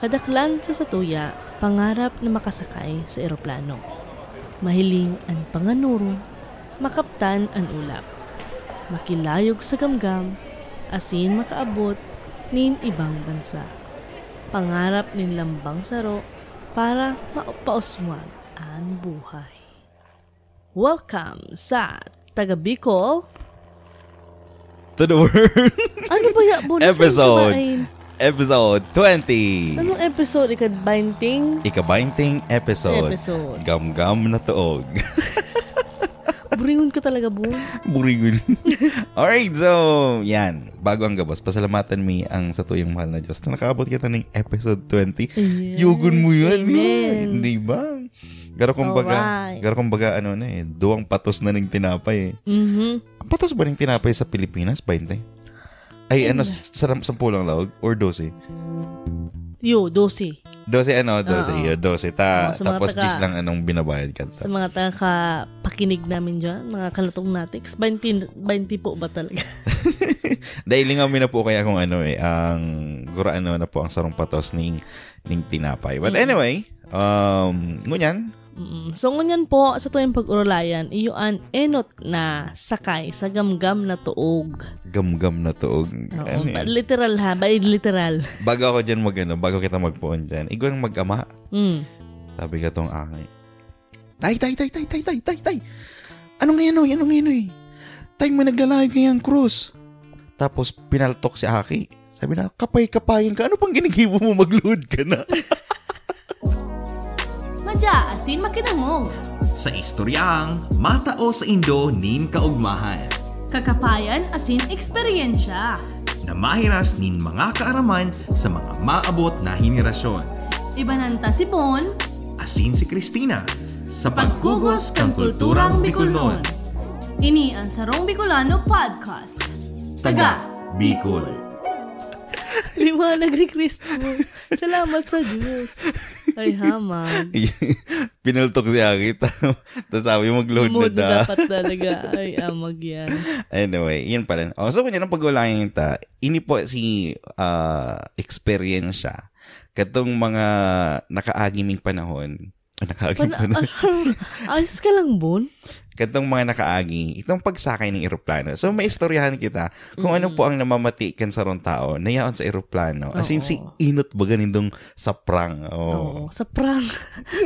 Kadaklan sa Satuya, pangarap na makasakay sa eroplano. Mahiling ang panganuro, makaptan ang ulap. Makilayog sa gamgam, asin makaabot, nin ibang bansa. Pangarap nin lambang saro para maupauswag ang buhay. Welcome sa Taga Bicol. to the world. Ano ba ya? Bonus ay Episode. kumain. episode 20. Anong episode? Ikad-binding Ikabainting episode. episode. Gam-gam na tuog. Buringon ka talaga, Bun. Burigul. Alright, so, yan. Bago ang gabos, pasalamatan mi ang sa tuyong mahal na Diyos na nakaabot kita ng episode Yes. 20. Yugon mo yan. Amen. Di ba? Garo kumbaga, Alright. garo kumbaga ano na eh, duwang patos na ng tinapay eh. Mhm. Patos ba ng tinapay sa Pilipinas, 20? Ay, ano, Ayun sa, sa pulang laog? Or 12? Yo, 12. 12 ano, 12 Oo. yun, 12 ta. Oo, sa mga tapos taga- taga... lang anong binabayad ka. Sa mga taka-pakinig namin dyan, mga kalatong natiks, 20, 20 po ba talaga? Dahil lingaw na po kaya kung ano eh, ang gura ano na po ang sarong patos ning, ning tinapay. But Mm. anyway, um, ngunyan, Mm. So, ngunyan po, sa tuwing pag-urulayan, iyoan enot na sakay sa gamgam na tuog. gamgam na tuog. Oo, ano ba- yan? literal ha, by literal. Bago ako dyan mag ano, bago kita magpuon dyan, igwan mag-ama, Mm. sabi ka tong angay. Tay, tay, tay, tay, tay, tay, tay, tay. Ano nga yan oy? Ano nga yan oy? Tay, may naglalayo kayang cross. Tapos pinaltok si Aki. Sabi na, kapay-kapayin ka. Ano pang ginigibo mo? Magluhod ka na. Madya asin makinangog. sa istoryang matao sa Indo nin kaugmahan Kakapayan asin eksperyensya. na mahiras nin mga kaaraman sa mga maabot na henerasyon. Ibananta si Bon, Asin si Christina sa pagkugos kang kulturang Bicolnon. Ini ang Sarong Bicolano Podcast. Taga! Bicol. Liwanag ni Cristo. Salamat sa Diyos. Ay, hamag. Pinaltok siya kita. Tapos sabi, magload na Mood da. na dapat talaga. Ay, amag yan. Anyway, yun pala. O, so, kunyan ang pag-ulayan ta, ini po si ah, experience siya. Katong mga nakaagiming panahon. Ah, Nakaagiming Pan- panahon. Ayos ka lang, Bon. Katong mga nakaagi. Itong pagsakay ng eroplano. So, may istoryahan kita kung ano Mm. po ang namamatikan sa rong tao nayaon sa eroplano. As in, Oo. si inot ba ganindong saprang. Oh. Oo. Ano Sa prank.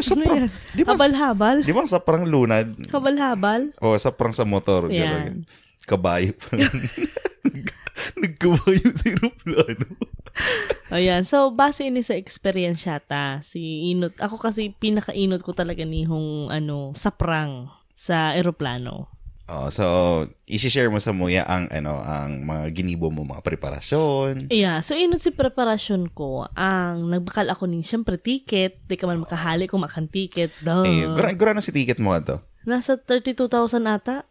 Saprang. Di ba, Habal-habal. di ba saprang lunad? Kabal-habal. O, saprang sa motor. Yan. ganun. kabayo pa lang. Nagkabayo sa aeroplano. Ayan. So, base ini sa experience ta, si Inot. Ako kasi pinakainot ko talaga ni Hong, ano, sa prang sa eroplano. Oh, so, isi-share mo sa Muya ang, ano, ang mga ginibo mo, mga preparasyon. Yeah. So, inot si preparasyon ko. Ang nagbakal ako ning siyempre ticket. Di ka man makahali kung makan ticket. Duh. eh, gra- gra- na si ticket mo ato. Nasa 32,000 ata.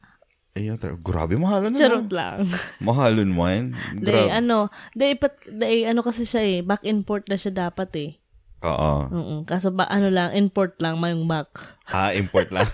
Ayun, tra- grabe, mahalon Ano na. Charot no? lang. Mahalon mo yan. Day, Grabe. ano, day, ipat, day, ano kasi siya eh, back import na siya dapat eh. Oo. Oo. Kaso ba, ano lang, import lang, mayong back. Ha, import lang.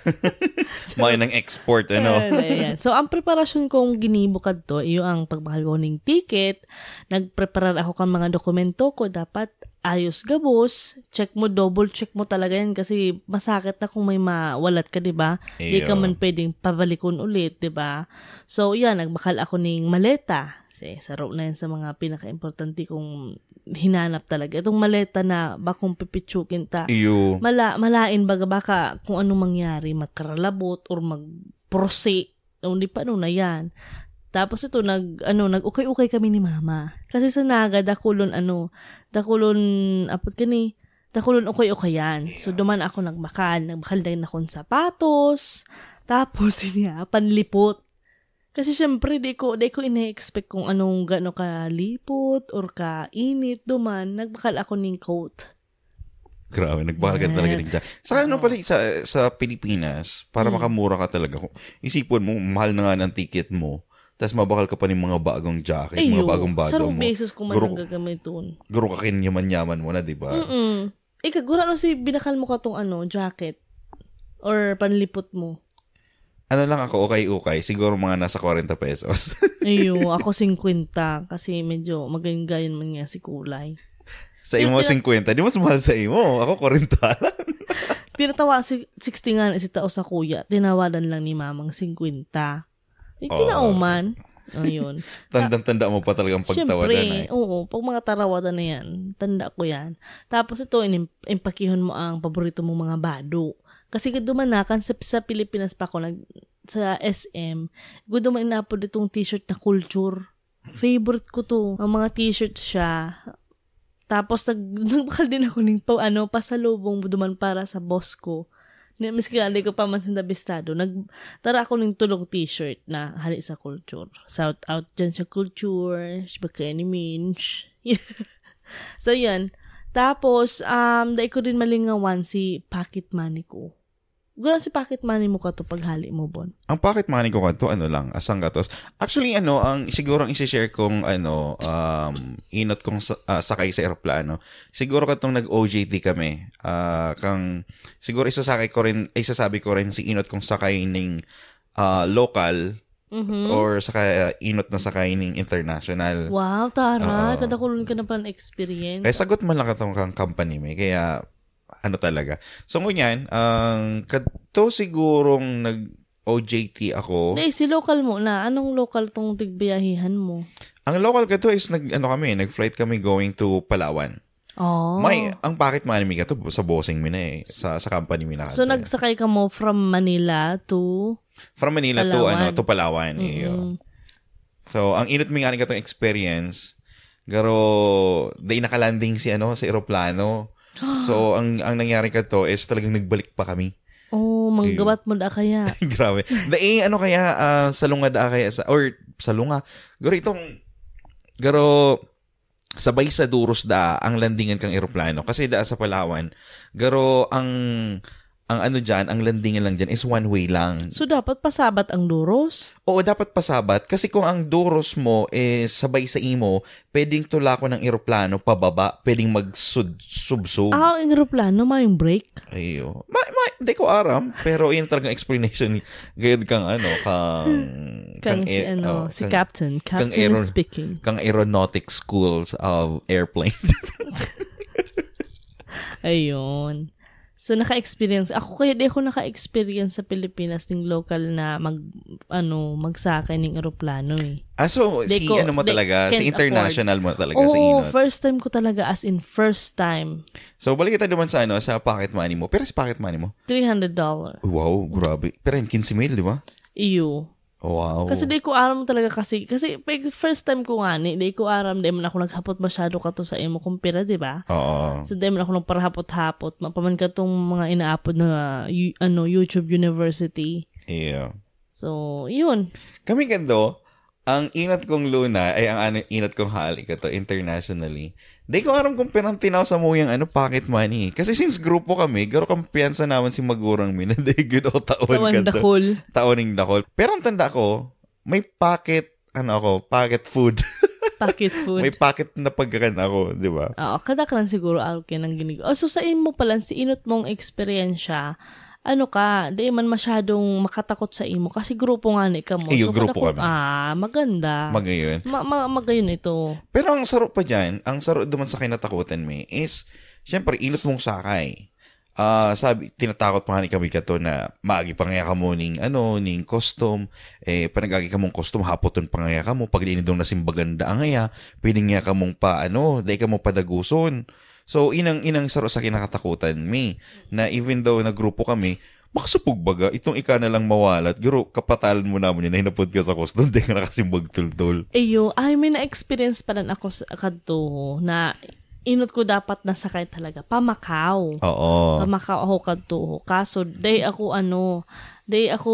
Mga ng export, ano. Ayan, ayan. So, ang preparasyon kong ginibukad to, iyo ang pagbahal ko ng ticket, nagpreparar ako kang mga dokumento ko, dapat ayos gabos, check mo, double check mo talaga yan kasi masakit na kung may mawalat ka, di ba? Di ka Eyo. man pwedeng pabalikon ulit, di ba? So, yan, nagbakal ako ng maleta. Kasi saro na yan sa mga pinaka-importante kong hinanap talaga. Itong maleta na bakong pipitsukin ta. Iyo. Mala, malain baga baka kung ano mangyari, magkaralabot or magprose. O, Hindi pa ano na yan. Tapos ito, nag, ano, nag-ukay-ukay kami ni mama. Kasi sa Naga, dakulon, ano, dakulon, apat kani, dakulon ukay-ukayan. So, duman ako nagmakal. Nagmakal din akong sapatos. Tapos, niya, panlipot. Kasi syempre, di ko, di ko ina-expect kung anong gano'n ka lipot or ka init. Duman, nagbakal ako ng coat. Grabe, nagbahal ka Ayan. talaga ng jack. Sa Oo. ano pala, sa, sa Pilipinas, para Mm. makamura ka talaga. Kung Isipin mo, mahal na nga ng ticket mo. Tapos mabakal ka pa ng mga bagong jacket, mga Ayun. bagong bado Sarong mo. beses ko man Guro- Ah. ang gagamiton. Guro ka kinyaman-yaman mo na, di ba? Mm-mm. Ikagura no si binakal mo ka tong ano, jacket. Or panlipot mo. Ano lang ako, okay-okay. Siguro mga nasa 40 pesos. Ayun, ako 50 kasi medyo magayon-gayon man nga si kulay. Sa imo 50, di mas mahal sa imo. Ako 40. Tinatawa si 60 nga na si Tao sa kuya. Tinawadan lang ni mamang 50. Eh, Oh. kinauman. Ayun. Tandang-tanda mo pa talagang pagtawadan. Siyempre, oo. Pag mga tarawadan na yan, tanda ko yan. Tapos ito, inim- impakihon mo ang paborito mong mga bado. Kasi dumanakan sa, sa Pilipinas pa ako, nag, sa SM, guduman inapod itong t-shirt na culture. Favorite ko to. Ang mga t-shirt siya. Tapos nag, nagbakal din ako ng pa, ano, pasalubong duman para sa boss ko. Na- Miski hindi ko pa man sinabistado, nag, tara ako ng tulong t-shirt na hali sa culture. Shout out dyan sa culture, baka any means. so, yun. Tapos, um, dahil ko rin malingawan si pocket money ko. Gano'n si pocket money mo ka to paghali mo, Bon. Ang pocket money ko kanto, ano lang, asang gatos. Actually, ano, ang siguro ang isi-share kong, ano, um, inot kong sa- ah, sakay sa aeroplano, siguro katong nag-OJT kami, ah, kang, siguro isasakay ko rin, ay, isasabi ko rin si inot kong sakay ng ah, local Mhm. or saka ah, inot na sakay ng international. Wow, tara. Oo. Kadakulon ka na pa ng experience. Kaya sagot man lang katong kang company may kaya ano talaga. So ngunyan, ang kadto sigurong nag OJT ako. Hindi, si local mo na. Anong local tong tigbiyahihan mo? Ang local kadto is nag ano kami, nag-flight kami going to Palawan. Oh. May ang packet money mi kadto sa bossing mi na eh, sa sa company mi na. so, kadto. nagsakay ka mo from Manila to... eh. mm-hmm. from Manila to Palawan. ano to Palawan. eh, Mm-mm. oh. So ang inot mi nga rin katong experience Garo, day nakalanding si ano sa eroplano. So ang ang nangyari kadto is talagang nagbalik pa kami. Oh, manggabat mo na kaya. Grabe. Daing ano kaya ah, sa lunga da kaya sa or sa lunga. Garo itong garo sabay sa duros da ang landingan kang eroplano kasi da sa Palawan. Garo ang ang ano diyan, ang landingan lang diyan is one way lang. So, dapat pasabat ang duros? Oo, dapat pasabat kasi kung ang duros mo is sabay sa imo, pwedeng tulako ng eroplano pababa, pwedeng magsud subsub. Ah, ang aeroplano, may yung break. Ayo. Ma, ma, di ko aram, pero yun talagang explanation gayud kang ano, kang Kang, si, air- ano, oh, si kang- Captain. Captain kang aero- is speaking. kang aeronautic schools of airplane. Ayun. So, naka-experience. Ako kaya di ako naka-experience sa Pilipinas ng local na mag, ano, magsakay ng aeroplano eh. ah, so, Di si ko- ano mo di- talaga, si can't international mo talaga, sa Oo, inot. first time ko talaga. As in, first time. so, balik kita naman sa ano, sa pocket money mo. Pero sa pocket money mo, $300. wow, grabe. Pero yun, 15 mil, di ba? Iyo. Wow. Kasi di ko aram talaga kasi. Kasi pag first time ko nga ni, di ko aram. Di man ako naghapot masyado ka to sa imo kong pera, di ba? Oo. So, dahil man ako ng parahapot-hapot. Mapaman ka tong mga inaapod na yu- ano, YouTube University. Yeah. So, yun. Kami kando, ang inat kong luna, ay ang ano, inat kong halik ito, internationally. Di ko aram kung pinang tinaw sa mo yung ano, pocket money. Kasi since grupo kami, garo kang piyansa naman si Magurang Mina. Di good o taon Tawan the ka to. cool. Taoning dakol. Pero ang tanda ko, may pocket, ano ako, pocket food. Pocket food. may pocket na pagkakan ako, di ba? Oo, kadakran siguro araw kayo ng ginig. Oh, so sa imo pala, si inot mong eksperyensya, ano ka, di man masyadong makatakot sa imo kasi grupo nga ni ka mo. Eh, so, yung grupo kadakot- kami. Ah, maganda. Mag ngayon. ma- ma- magayon ito. Pero ang sarap pa dyan, ang sarap duman sa kinatakutan mo is, syempre, inot mong sakay. Ah, sabi, tinatakot pa nga ni kami ka to na maagi pa nga ka mo ning, ano, ning custom. Eh, panagagi ka mong custom, hapoton pa nga ka mo. Pag dinidong nasimbaganda ang nga, pwede nga ka mong pa, ano, dahil ka mo padaguson. So, inang inang saro sa kinakatakutan me na even though na grupo kami, makasupog baga, itong ika na lang mawalat. Guro, kapatalan mo naman yun, nahinapod ka sa custom, di ka nakasimbag tul Ayo, ay may na-experience pa rin ako sa kadto na inot ko dapat nasakay talaga. Pamakaw. Oo. Pamakao ako kadtuho. Kaso, day ako ano, day ako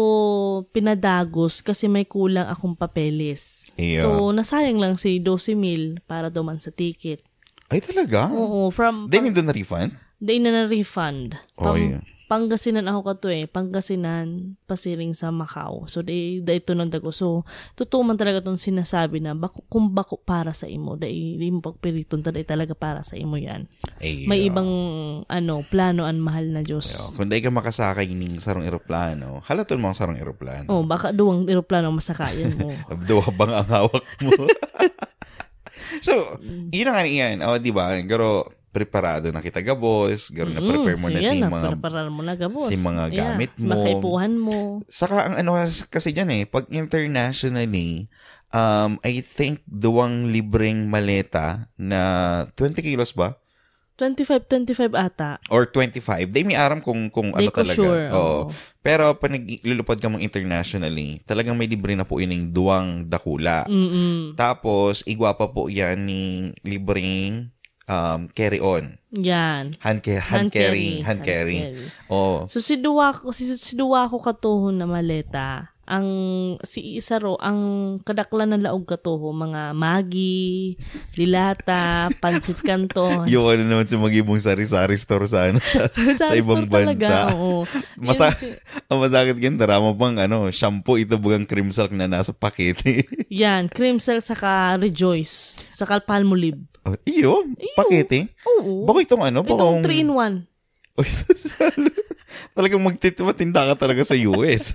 pinadagos kasi may kulang akong papeles. Iyo. So, nasayang lang si 12 mil para duman sa ticket. Ay, talaga? Oo, from, Then yung doon na-refund? day na na-refund. Oh, yeah. Pangasinan ako kadto eh. Pangasinan, pasiring sa Macau. So, day, day ito nang dago. So, totoo man talaga itong sinasabi na bako, kung bako para sa imo. Day, di mo pagpiriton, day talaga para sa imo yan. Ay, May yeah. ibang, ano, plano ang mahal na Diyos. Yeah. Kung di ka makasakay ng sarong eroplano, halatol mo ang sarong eroplano. Oh, baka duwang eroplano masakayan mo. Abdo habang ang hawak mo. so, yun ang ano yan. O, di ba? Pero, preparado na kita gaboys, gano'n na prepare mo na si mga Preparar mo Mm, na gabos. si mga Yeah, gamit si mo. Makaipuhan mo. Saka ang ano kas- kasi dyan eh, pag internationally, um, I think duwang libreng maleta na 20 kilos ba? 25-25 ata. Or 25. They may aram kung, kung ano Hindi ko talaga. sure. Oo. oo. Pero pag naglulupad ka mong internationally, talagang may libre na po yun yung duwang dakula. Mm-mm. Tapos, igwapa po yan ni libreng um, carry-on. Yan. Hand, ca- hand, carrying. Hand carrying. Oo. So si duwa ko si, si duwa ko katuhon na maleta. Ang si isa ro ang kadaklan ng laog katuho mga magi, dilata, pansit kanton. Yung ano naman sa mag-ibong sari-sari store sana. sa Sari ibang store talaga, bansa. oo. Yun Masa, si- ang masakit yun, darama pang ano, shampoo ito bugang cream silk na nasa pakete. Yan, cream cell saka rejoice, saka palmolive. Oh, iyo, pakete. Oo. Bako itong ano, Itong bakong... 3 in 1. Uy, sasalo. Talagang magtitimatinda ka talaga sa US.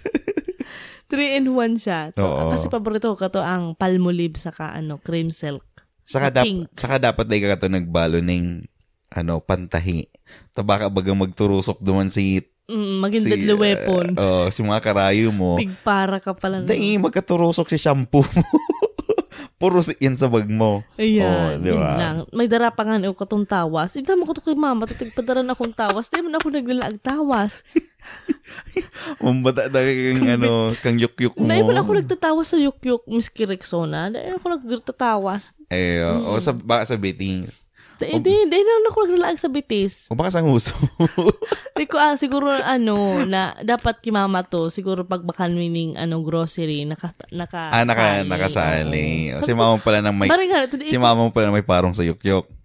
3 in 1 siya. To- Oo. Kasi paborito ko to ang palmolive saka ano, cream silk. Saka, Na dap- pink. saka dapat na ka to nagbalo ng ano, pantahi. Tabaka baga magturusok duman si... Mm, si maging deadly weapon. oh, si mga karayo mo. Pigpara ka pala. no? Dai, magkaturusok si shampoo mo. Puro si yan sa bag mo. Ayan, Oh, di yun ba? lang. May darapangan ako katong tawas. Hindi mo ko to kay mama, tatagpadaran akong tawas. Di man ako naglalaag tawas. Mambata na kang ano, kang yuk-yuk mo. Hindi man ako nagtatawas sa yukyuk, Miss Kirexona. Dahil ako nagtatawas. Eh, Hmm. oh, o sa, baka sa beatings. Dahil di, di na ako naglalaag sa bitis. O baka sa nguso. Di ko, ah, siguro ano, na dapat kay mama to, siguro pag baka meaning, ano, grocery, naka, naka, ah, naka, nakasali. O, si mama pala nang may... Parang nga, ito, Si mama pala nang may parong sa yuk-yuk.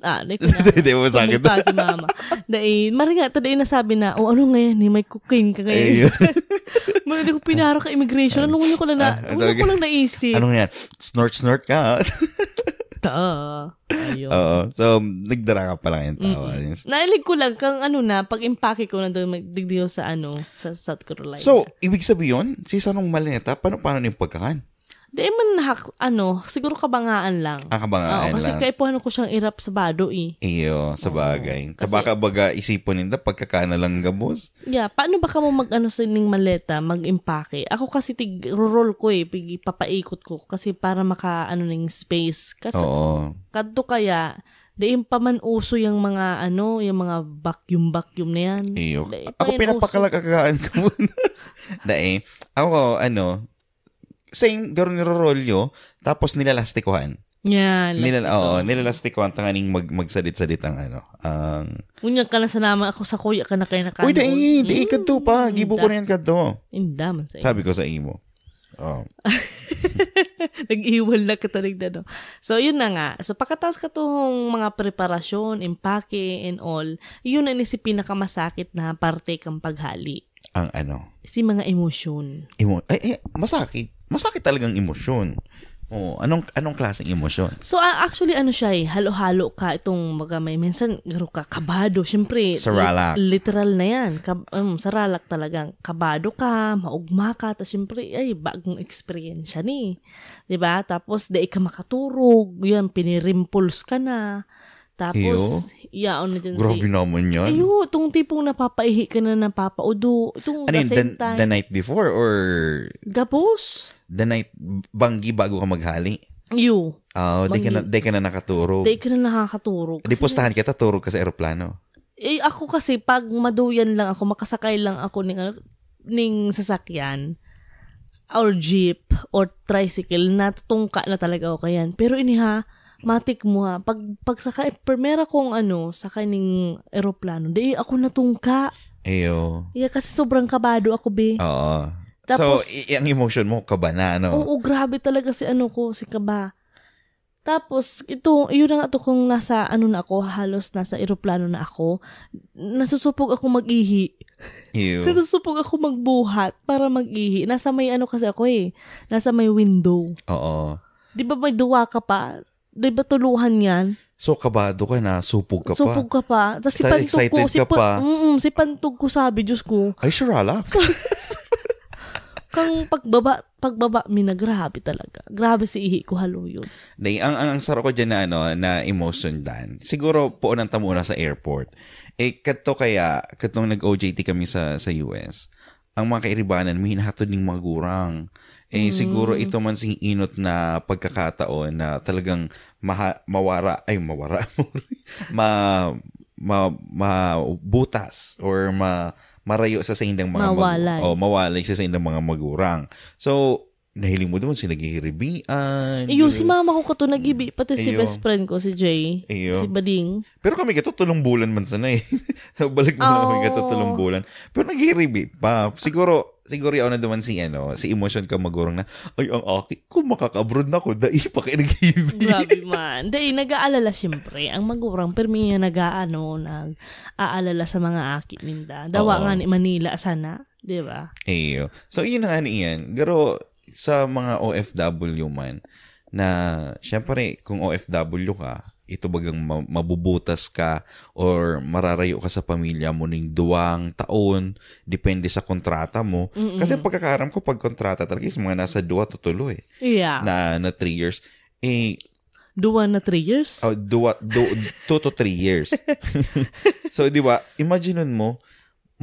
Ah, di ko na. Hindi mo sa akin. Sumukha si mama. Dahil, mara nga, taday nasabi na, oh, ano ngayon, eh, may cooking ka Eh, ngayon. Mara, di ko pinara ka immigration. Ano ngayon ko lang na, Ah, ano ngayon ko talaga. lang naisip. Ano yan? Snort-snort ka. Ta. Ayun. Oo. So, nagdara ka pa lang yung tawa. Mm-mm. Nailig ko lang kang ano na, pag impake ko na doon, magdigdiyo sa ano, sa South Carolina. So, ibig sabihin, si Sanong Maleta, paano paano yung pagkakan? di man hak, ano, siguro kabangaan lang. Ang kabangaan Oo, kasi lang. kaipuhan ko siyang irap sa bado eh. Iyo, sa bagay. kasi- Tabaka baga isipon nila pagkakana lang gabos. Yeah, paano ba ka mo mag-ano sa ining maleta, mag-impake? Ako kasi tig roll ko eh, pig, papaikot ko kasi para maka ano ning space. Kasi Oo. kadto kaya diin pa man uso yung mga ano, yung mga vacuum vacuum na yan. Iyo. Dahil pa Ako yan pinapakalagaan ka muna. Dae. Ako, ano, same, garo nirorolyo, tapos nilalastikuhan. uso. Yan. Nilal, lastiko. oo, nilalastikuhan, tanganing mag, magsalit-salit ang ano. Ang, Unya ka na sa naman ako sa kuya ka na kayo nakanoon. Uy, dae, dae, kadto pa. Mm, Gibo ko na yan kadto. Indaman sa Sabi ko sa imo. oh, Oo. Nag-iwal na katarig na, no? So, yun na nga. So, pagkatapos ka tohong mga preparasyon, impake, and all, yun na ni si pinakamasakit na parte kang paghali. ang ano, Si mga emosyon. Emo- ay, ay, masakit. Masakit talagang emosyon. Oh, anong anong klaseng emosyon? So, a- actually, ano siya eh, halo-halo ka itong mga may, minsan, garo ka, kabado, syempre. Saralak. li- literal na yan. Kab- um, saralak talagang. Kabado ka, maugma ka, tapos syempre, ay, bagong experience yan eh. 'Di ba Tapos, di ka makaturog, yan, pinirimpulse ka na. Tapos, yeah, ano dyan Grabe si... naman yun. Ayo, itong tipong napapaihi ka na napapaudo. Itong the ano yun, the, same time. the night before or Gabos. the night banggi bago ka maghali? Iyo. Oh, di ka na, Banggi. di ka na nakaturo. Di ka na nakakaturog. Oh. Di Kasi- pustahan kita, turo ka sa aeroplano. eh, ako kasi pag maduyan lang ako, makasakay lang ako ning ano, ning sasakyan or jeep or tricycle, natutungka na talaga ako kayan. Pero iniha, matik mo ha, pag pagsakay, primera kong ano, sakay ning aeroplano, di ako natungka. Ayo. Yeah, kasi sobrang kabado ako, be. Oo. Tapos- so, i- ang emotion mo, kaba na, ano? Oo, grabe talaga si ano ko, si Kaba. Tapos, ito, yun na nga to kung nasa, ano na ako, halos nasa aeroplano na ako, nasusupog ako mag-ihi. Ew. Natusupog ako magbuhat para mag-ihi. Nasa may ano kasi ako eh. Nasa may window. Oo. Di ba may duwa ka pa? Di ba tuluhan yan? So, kabado ka na, supog ka Supog pa. ka pa. Tapos si Ta- pantog ko, excited si, ka pa. mm, si pantog ko sabi, Diyos ko. Ay, sure, ala. kang pagbaba, pagbaba, mina, grabe talaga. Grabe si Ihi ko halo yun. Day, ang, ang, ang saro ko dyan na, ano, na emotion dan. Siguro po nang tamuna sa airport. Eh, kato kaya, katong nag-OJT kami sa, sa US, ang mga kairibanan, may hinahatod ng mga gurang. Eh, Hmm. siguro ito man sing inot na pagkakataon na talagang maha, mawara, ay mawara, ma, ma, ma, butas or ma, marayo sa sa indang mga Mawalay. Mag, oh, mawalay sa sa indang mga magurang. So, nahiling mo doon sila gihiribian. Iyo, ganun. Eh, si mama ko kato nagibi, pati si Iyo. best friend ko, si Jay. Si Iyo. Bading. Pero kami ka, tulong bulan man sana eh. so, balik mo na Oo. kami ka, tulong bulan. Pero nag-review pa. Siguro, siguro yaw na naman si, ano, si emotion ka magurong na, ay, ang aki, kung makakabroad na ako, dai pa kayo nag-review. Grabe man. Dahil nag-aalala siyempre. Ang magurang permi niya nag-aano, nag-aalala sa mga akit ninda. Dawa Oo. nga ni Manila sana. Di ba? Eyo. So, yun na nga niyan. Pero, sa mga OFW man, na, syempre, kung OFW ka, ito bagang ma- mabubutas ka or mararayo ka sa pamilya mo ng duwang taon, depende sa kontrata mo. Mm-mm. Kasi pagkakaram ko, pag kontrata talaga, is mga nasa duwa to tuloy. yeah. na na 3 years eh Duwa na three years? oh, duwa, do, two to 3 years so di ba imagine nun mo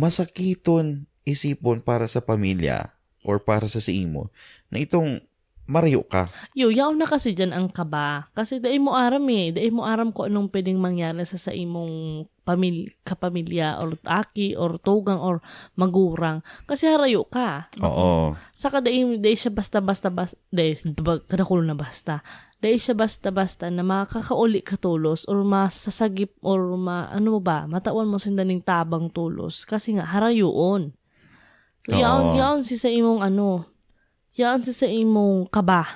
masakiton isipon para sa pamilya or para sa siing mo na itong marayo ka Yo, yaw na kasi dyan ang kaba. Kasi dahil mo aram eh. Dahil mo aram ko anong pwedeng mangyari sa sa imong pamil- kapamilya or aki or tugang or magurang. Kasi harayo ka. oo Saka dahil, dahil siya basta-basta basta, dahil kadakulo na basta. Dahil siya basta-basta na makakauli ka tulos or masasagip or ma, ano mo ba, matawan mo sindaning tabang tulos. Kasi nga, harayoon. So, Oo. yaon, yaon si sa imong ano, yaon si sa imong kaba.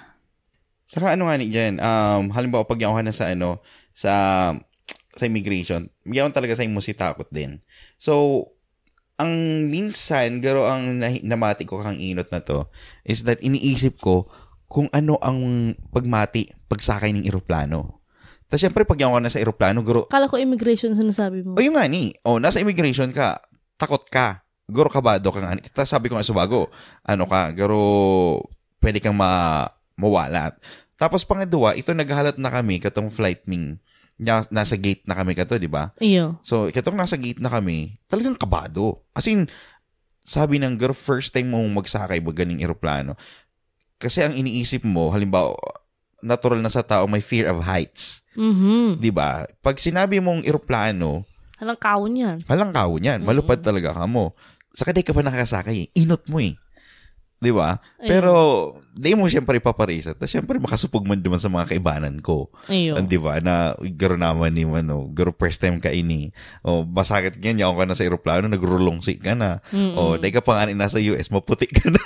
saka ano nga ni dyan um, halimbawa pag yaw ka na sa ano sa sa immigration yaw talaga sa imo si takot din so ang minsan, garo ang nahi- namati ko kang inot na to, is that iniisip ko kung ano ang pagmati, pagsakay ng eroplano. Tapos syempre, pag yawan ka na sa eroplano, garo, Kala ko immigration sinasabi mo. o Oh, yun nga ni, o nasa immigration ka, takot ka, garo kabado ka nga. ni. Tapos sabi ko nga subago, ano ka, garo, pwede kang ma, mawala. Tapos pangadua, ito naghalat na kami katong flight ning nas- nasa gate na kami kato, di ba? Iyo. So, katong nasa gate na kami, talagang kabado. As in, sabi ng girl, first time mong magsakay ba ganing eroplano. Kasi ang iniisip mo, halimbawa, natural na sa tao may fear of heights. Mhm. 'di ba? Pag sinabi mong eroplano, Halang kawon yan. halang kawon yan. Malupad talaga ka mo. Sa kaday ka pa nakasakay, eh. inot mo eh. 'Di ba? Ayun. Pero, di mo siyempre paparisa. Tapos siyempre, makasupog man duman sa mga kaibanan ko. Iyo. Ang di ba? Na, uy, garo naman ni ano, garo first time ka ini. O, masakit ka yan, yaon ka na sa aeroplano, nagrulongsi ka na. Mm-mm. O, dahil ka pa nga ni nasa US, maputi ka na.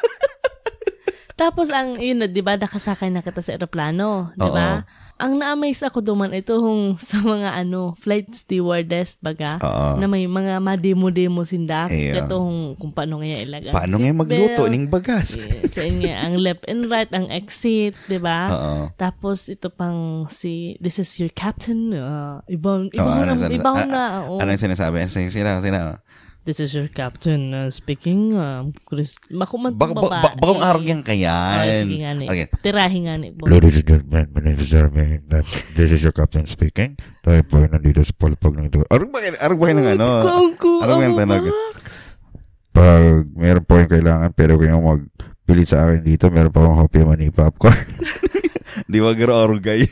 Tapos ang yun, na, 'di ba, nakasakay na kita sa eroplano, 'di ba? Ang na-amaze ako duman ito hung sa mga ano, flight stewardess baga Oo. na may mga ma-demo-demo sinda Iyo. kato hung kung paano nga ilagay. Paano nga magluto ning bagas? Sa inyo, ang left and right, ang exit, 'di ba? Oo. Tapos ito pang si this is your captain. ah, ibang Oo, ibang na, ano sa- ibang ano- na. oo. Ano yung sinasabi? Ano yung sila, sila? This is your captain uh, speaking. Um, Chris, makumang Bak, bak, bak, bakong araw yan Ay, kayan. eh. Ah, sige nga ni. Okay. Tirahin nga ni. Bo. Ladies and gentlemen, my name is Jeremy. That's, this is your captain speaking. Tayo po ay nandito sa palapag ng ito. Arog ba, arog ba yun ng ano? Kung Ano nga yung tanog? Pag meron po kayong kailangan, pero kayong magpilit sa akin dito, meron pa akong Hopi Mani Popcorn. Di ba garo arog kayo?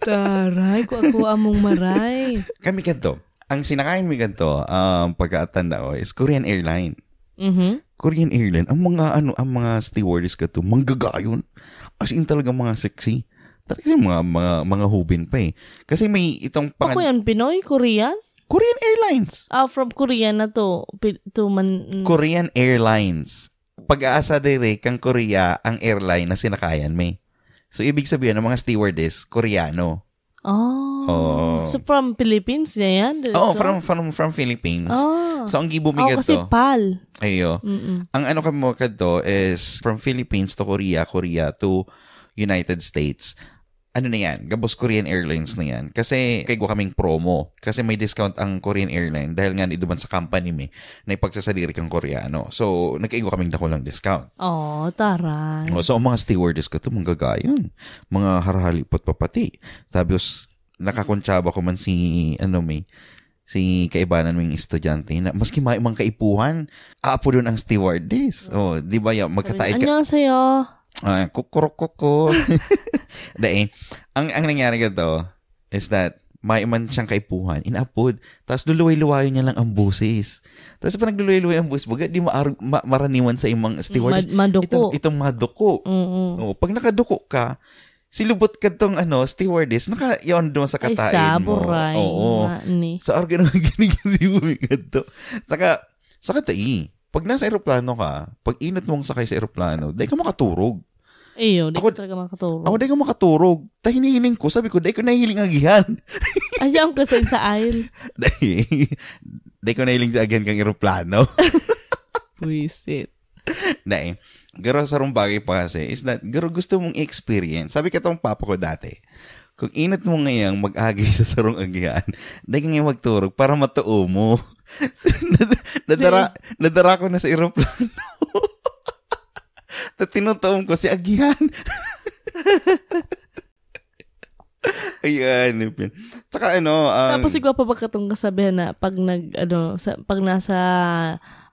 Taray, ko ako among maray. Kami ganito. Ang sinakain mi ganito, um, pagkatanda ko, is Korean Airline. Mhm. Korean Airline, ang mga ano, ang mga stewardess ka to, manggagayon. As in talaga mga sexy. Talaga yung mga mga mga hubin pa eh. Kasi may itong Ako pangan- yan, Pinoy, Korean? Korean Airlines. Ah, from Korean na to. Pi- to man... mm. Korean Airlines. Pag-aasa direct kang Korea ang airline na sinakayan may. So ibig sabihin ng mga stewardess, Koreano. Oh. Oo. So from Philippines niya yan? Oo, So- Oh, from from from Philippines. Oh. So ang gibo mi Oh, kasi to. PAL. Ayo. Mm-mm. Ang ano ka mo kadto is from Philippines to Korea, Korea to United States. ano na yan, Gabos Korean Airlines na yan. Kasi kay kaming promo. Kasi may discount ang Korean Airline dahil nga iduman sa company mi na ipagsasadiri kang Koreano. So, nagkaigo kaming dakulang discount. Oh, taray. O, so, ang mga stewardess ko to, mga gagayon. Mga harhalipot papati. Tapos, nakakontsaba ko man si, ano may, si kaibanan ming estudyante na maski may mga kaipuhan, aapo doon ang stewardess. Oh, di ba yan? Magkataid ka. Ano sa'yo? Ah, kukurukuko. Dae. Ang, ang nangyari ko to is that may man siyang kaipuhan, inapod. Tapos luluway-luwayo niya lang ang busis. Tapos pag nagluluway-luway ang busis, baga di maar- ma- maraniwan sa imang stewardess. Mad- maduko. Itong, itong maduko. Mm-mm. Oo, pag nakaduko ka, silubot ka tong ano, stewardess, naka-yon doon sa Ay, katain mo. saburay. Oo. nga, ni. Sa organo gini-gini mo may ganito. Saka, saka tai. Pag nasa eroplano ka, pag inat mong sakay sa eroplano, dahil ka makaturog. Iyo, di ko Ako- talaga makaturo. Ako dahil ko makaturog. Dahil hinihiling ko. Sabi ko, dahil ko nahihiling agihan. Ay, ang kasal sa aisle. Dahil dahil ko nahihiling sa agihan kang eroplano. Buisit. Dahil. Garo sa rong eh, bagay pa kasi is that, garo gusto mong experience. Sabi ka tong papa ko dati, kung inat mo ngayang mag-agi sa sarong agihan, dahil ka ngayang magturog para matuo mo. So, nad- nadara, nadara ko na sa eroplano. Tapos tinutuom ko si agihan. Ayan, yun. yun. Tsaka ano, ang... Tapos sigwa pa ba katong kasabihan na pag nag, ano, sa, pag nasa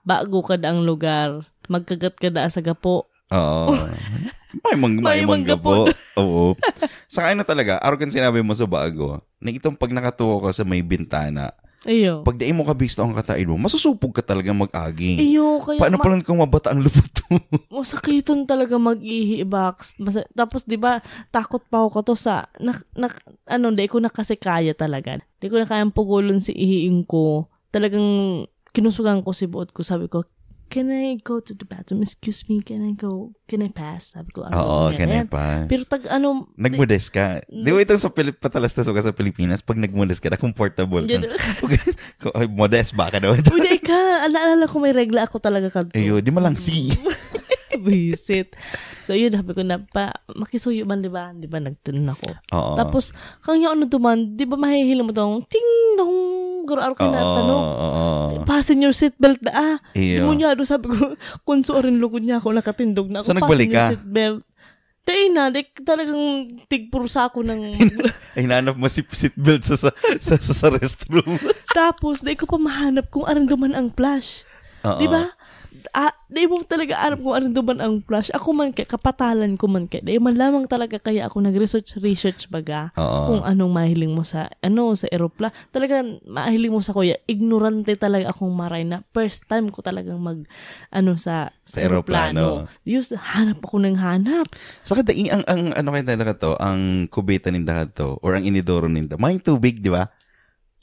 bago ka na ang lugar, magkagat ka na sa gapo. Oo. May mang May may mangga mangga po. Oo. Sa ano talaga, araw sinabi mo sa bago, na itong pag nakatuo ka sa may bintana, Iyo. pag daim mo kabisto ang katain mo, masusupog ka talaga mag-agi. Iyo, kaya Paano ma- pa lang kung mabata ang lupot mo? masakiton talaga mag-ihi box. Mas- tapos 'di ba, takot pa ako kato sa nak, nak ano, hindi ko na kasi kaya talaga. Hindi ko na kayang pugulon si ihiing ko. Talagang kinusugan ko si buot ko. Sabi ko, "Can I go to the bathroom? Excuse me, can I go? Can I pass?" Sabi ko, ano, Oo, ganyan. Mm. ganun pa. Pero tag ano, Nagmudes ka. Di ba itong sa Pilip, patalastas ka sa Pilipinas, pag nagmudes ka, na comfortable ka. Yun. Kung- ay, Modest ba ka naman? Uy, di ka. Naalala ko may regla ako talaga kanto. Ayo, di malangsi. Visit. So, yun, sabi ko na pa, makisuyo man, di ba? Di ba, nagtanong ako. Oo. Tapos, kang yung ano duman, di ba mahihila mo tong ting dong garo-araw ka na Oo, tanong. oo, oo. Pasin your seatbelt na ah. Di Iyo. mo niya, ano, sabi ko, kunso rin lugod niya ako, nakatindog na ako. So, "Fasten nagbalik your ka? seatbelt. Dahil na, di, talagang tigpurusa ako ng... Ay, nanap mo si seatbelt sa, sa, sa, sa, sa restroom. Tapos, di ko pa mahanap kung arin duman ang flash. Oo. Di ba? Ah, di mo talaga alam kung ano duman ang flash. Ako man kay, kapatalan ko man kay. Di man lamang talaga kaya ako nag-research, research baga. Oo. Kung anong mahiling mo sa, ano, sa aeropla. Talagang mahiling mo sa kuya. Ignorante talaga akong maray na first time ko talagang mag, ano, sa, Sa aeroplano. Diyos, hanap ako ng hanap. Saka dai ang ang ano kayo talaga to, ang kubeta ninda to or ang inidoro ninda. Maing tubig, di ba?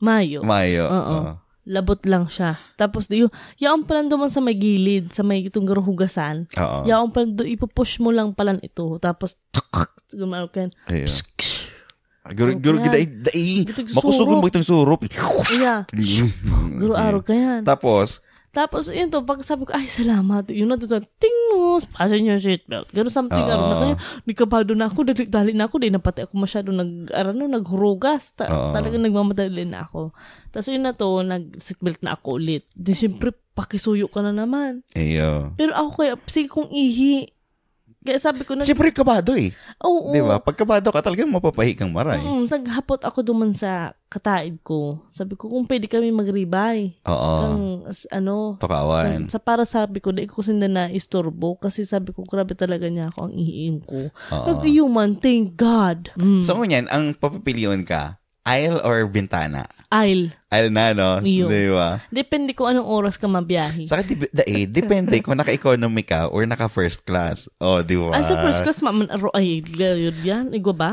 Mayo. Mayo. Oo. oo. labot lang siya. Tapos, di, yaon pala duman sa may gilid, sa may itong garuhugasan. Oo. Yaon pala, do, ipupush mo lang pala ito. Tapos, gumalaw ka Ayun. Psk. Guru guru Huwag gidai dai. Gitong surup. Makusugon ba itong surup? Yeah. Guru Mm-hmm. araw ka yan. Tapos, Tapos, yun to, pag sabi ko, ay, salamat. Yun na to, to, ting mo, fasten your seatbelt. Ganun something, Oo. araw na kayo. Nikabado na ako, dali, dali na ako, di na pati ako masyado nag, arano, naghurugas. Ta- Oo. Talagang nagmamadali na ako. Tapos yun na to, nag-seatbelt na ako ulit. Di, siyempre, pakisuyo ka na naman. ayo. Pero ako kaya, sige kong ihi. Kaya sabi ko na, Siyempre kabado eh. oo. Di ba? Pag kabado ka talaga mapapahi kang maray. Mm, naghapot ako duman sa kataid ko. Sabi ko, kung pwede kami mag-ribay. Oo. Kang, as- ano, Tokawan. sa para sabi ko, di ko kasi na naistorbo kasi sabi ko, grabe talaga niya ako ang iiin ko. Oo. Nag-human, thank God. Mm. Ah. So, ngunyan, ang papapiliyon ka, aisle or bintana? I'll. Aisle na, no? Iyo. Di ba? Depende kung anong oras ka mabiyahe. Saka, di, dai, depende kung naka-economy ka or naka-first class. Oh, di ba? Ay, Ah, sa first class, maman, aro, ay, yun yan, igwa ba?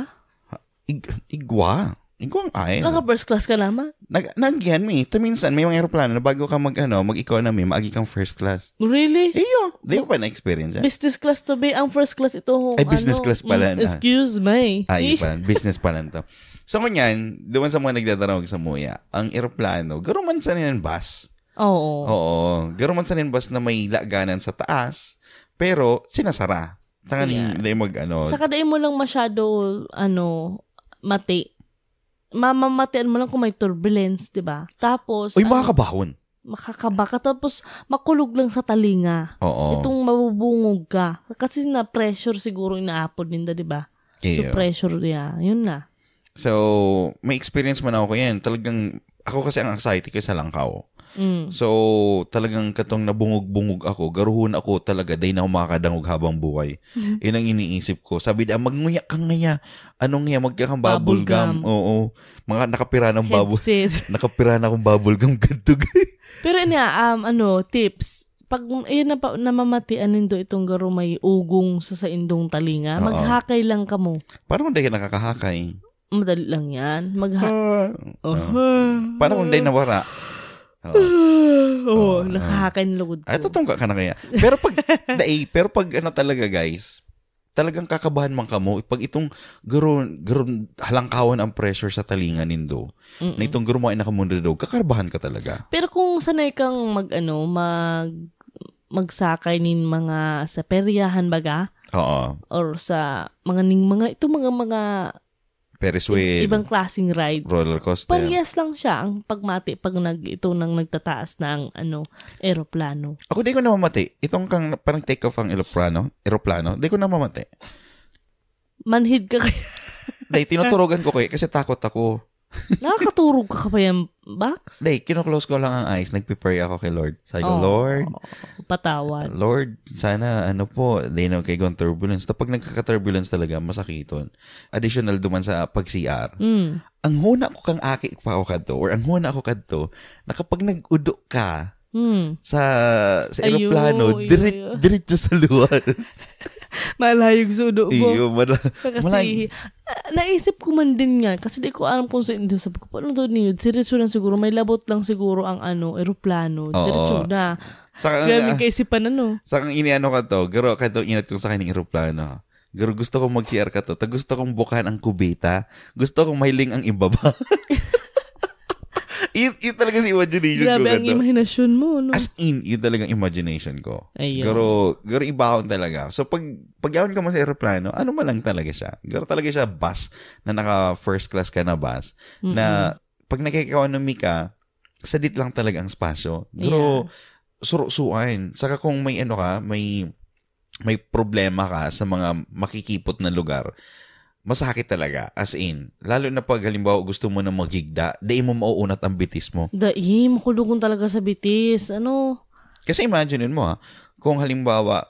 Ig- igwa. Igwa ang aisle. Naka first class ka naman? Nag nagyan mi. Ta minsan may mga eroplano na bago ka mag ano, mag-economy, maagi kang first class. Really? Iyo, di mo pa na experience. Eh? Business class to be, ang first class ito. hong Ay, business ano, class pala mm, na. excuse me. Ay, pa, Ah, business pa lang to. So kunyan, duman sa mga nagdadarawag sa Muya, ang eroplano, garuman sa niyan bus. Oo. Oo, garuman sa niyan bus na may laganan sa taas, pero sinasara. Taka ni, Yeah. hindi mag, ano, Saka dahil mo lang masyado, ano, mati. Mamamatian mo lang kung may turbulence, di ba? Tapos, uy, ano, makakabahon. makakaba ka. Tapos, makulog lang sa talinga. Oo. Itong mabubungog ka. Kasi na-pressure siguro inaapod ninda, di ba? So, Yeah. pressure niya. Yun na. So, may experience man ako yan. Talagang, ako kasi ang anxiety ko sa langkaw. Mm. So, talagang katong nabungog-bungog ako, garuhon ako talaga, dahil na ako makakadangog habang buhay. Yun ang iniisip ko. Sabi na, magnguya kang ngaya. Anong ngaya? Magkakang Bubble bubble gum. gum. Oo. Mga nakapira ng bubble. Headset. nakapira na akong bubble gum. Gantog. Pero yun nga, um, ano, tips. Pag ayun na namamatian nindo itong garo may ugong sa sa indong talinga, Oo. maghakay lang ka mo. Parang kung dahil nakakahakay. Madali lang yan. Magha... Ah. Oh. Parang kung dahil nawara. Oo, Oo. Oo. Ah, oh, nakahakay ng lugod ko. Ay, totoong ka ka na kaya. Pero pag, dai, pero pag ano talaga guys, talagang kakabahan man ka mo, pag itong garo, garo, halangkawan ang pressure sa talinga nindo, Mm-mm. na itong gurumain na kamundo daw, kakarbahan ka talaga. Pero kung sanay kang mag, ano, mag magsakay nin mga sa peryahan baga Oo. or sa mga ning mga ito mga mga Ferris wheel, ibang klasing ride roller coaster. Parehas lang siya ang pagmati pag nag, ito nang nagtataas na ang ano, eroplano. Ako di ko namamati. Itong kang, parang take off ang eroplano, eroplano, di ko namamati. Manhid ka kaya. Dahil tinuturugan ko kayo kasi takot ako. Nakakaturog ka pa yung box? Dahil kinuklose ko lang ang eyes, nagpe-pray ako kay Lord. Sabi Oo. ko, Lord, Patawad. Lord, sana ano po, they know kay gone turbulence. Tapos nagkaka-turbulence talaga, masakiton. Additional duman sa pag-CR. Mm. Ang huna ko kang aki pa ako kadto or ang huna ko kadto na kapag nag-udo ka Mm. sa sa Ayo, eroplano, ayo, ayo. dirit, diretso sa luwas. Malayog sudo mo. Iyo, mala. Kasi, ah, naisip ko man din nga. Kasi di ko alam kung sa hindi. Sabi ko, paano to niyo? Diretso lang siguro. May labot lang siguro ang ano, eroplano. Diretso na. Sa, Grabe kaisipan ano. sa kang iniano ka to, garo ka to, inat kong sa kaning eroplano. Garo, gusto kong mag-CR ka to. Ta gusto kong bukan ang kubita. Gusto kong mahiling ang ibaba. yun, yun talaga si imagination ko. Grabe ang kato. imahinasyon mo, no? ah. As in, yun talagang imagination ko. Ayun. Garo, garo ibahon talaga. So, pag, pag yaon ka mo sa aeroplano, ano man lang talaga siya. Garo talaga siya bus na naka first class ka na bus Mm-mm. na pag nakikikonomy ka, sadit lang talaga ang spasyo. Pero surusuan. Saka kung may ano ka, may may problema ka sa mga makikipot na lugar, masakit talaga. As in, lalo na pag halimbawa gusto mo na magigda, di mo mauunat ang bitis mo. Da, eh, makulungon talaga sa bitis. Ano? Kasi imaginein mo ha, kung halimbawa,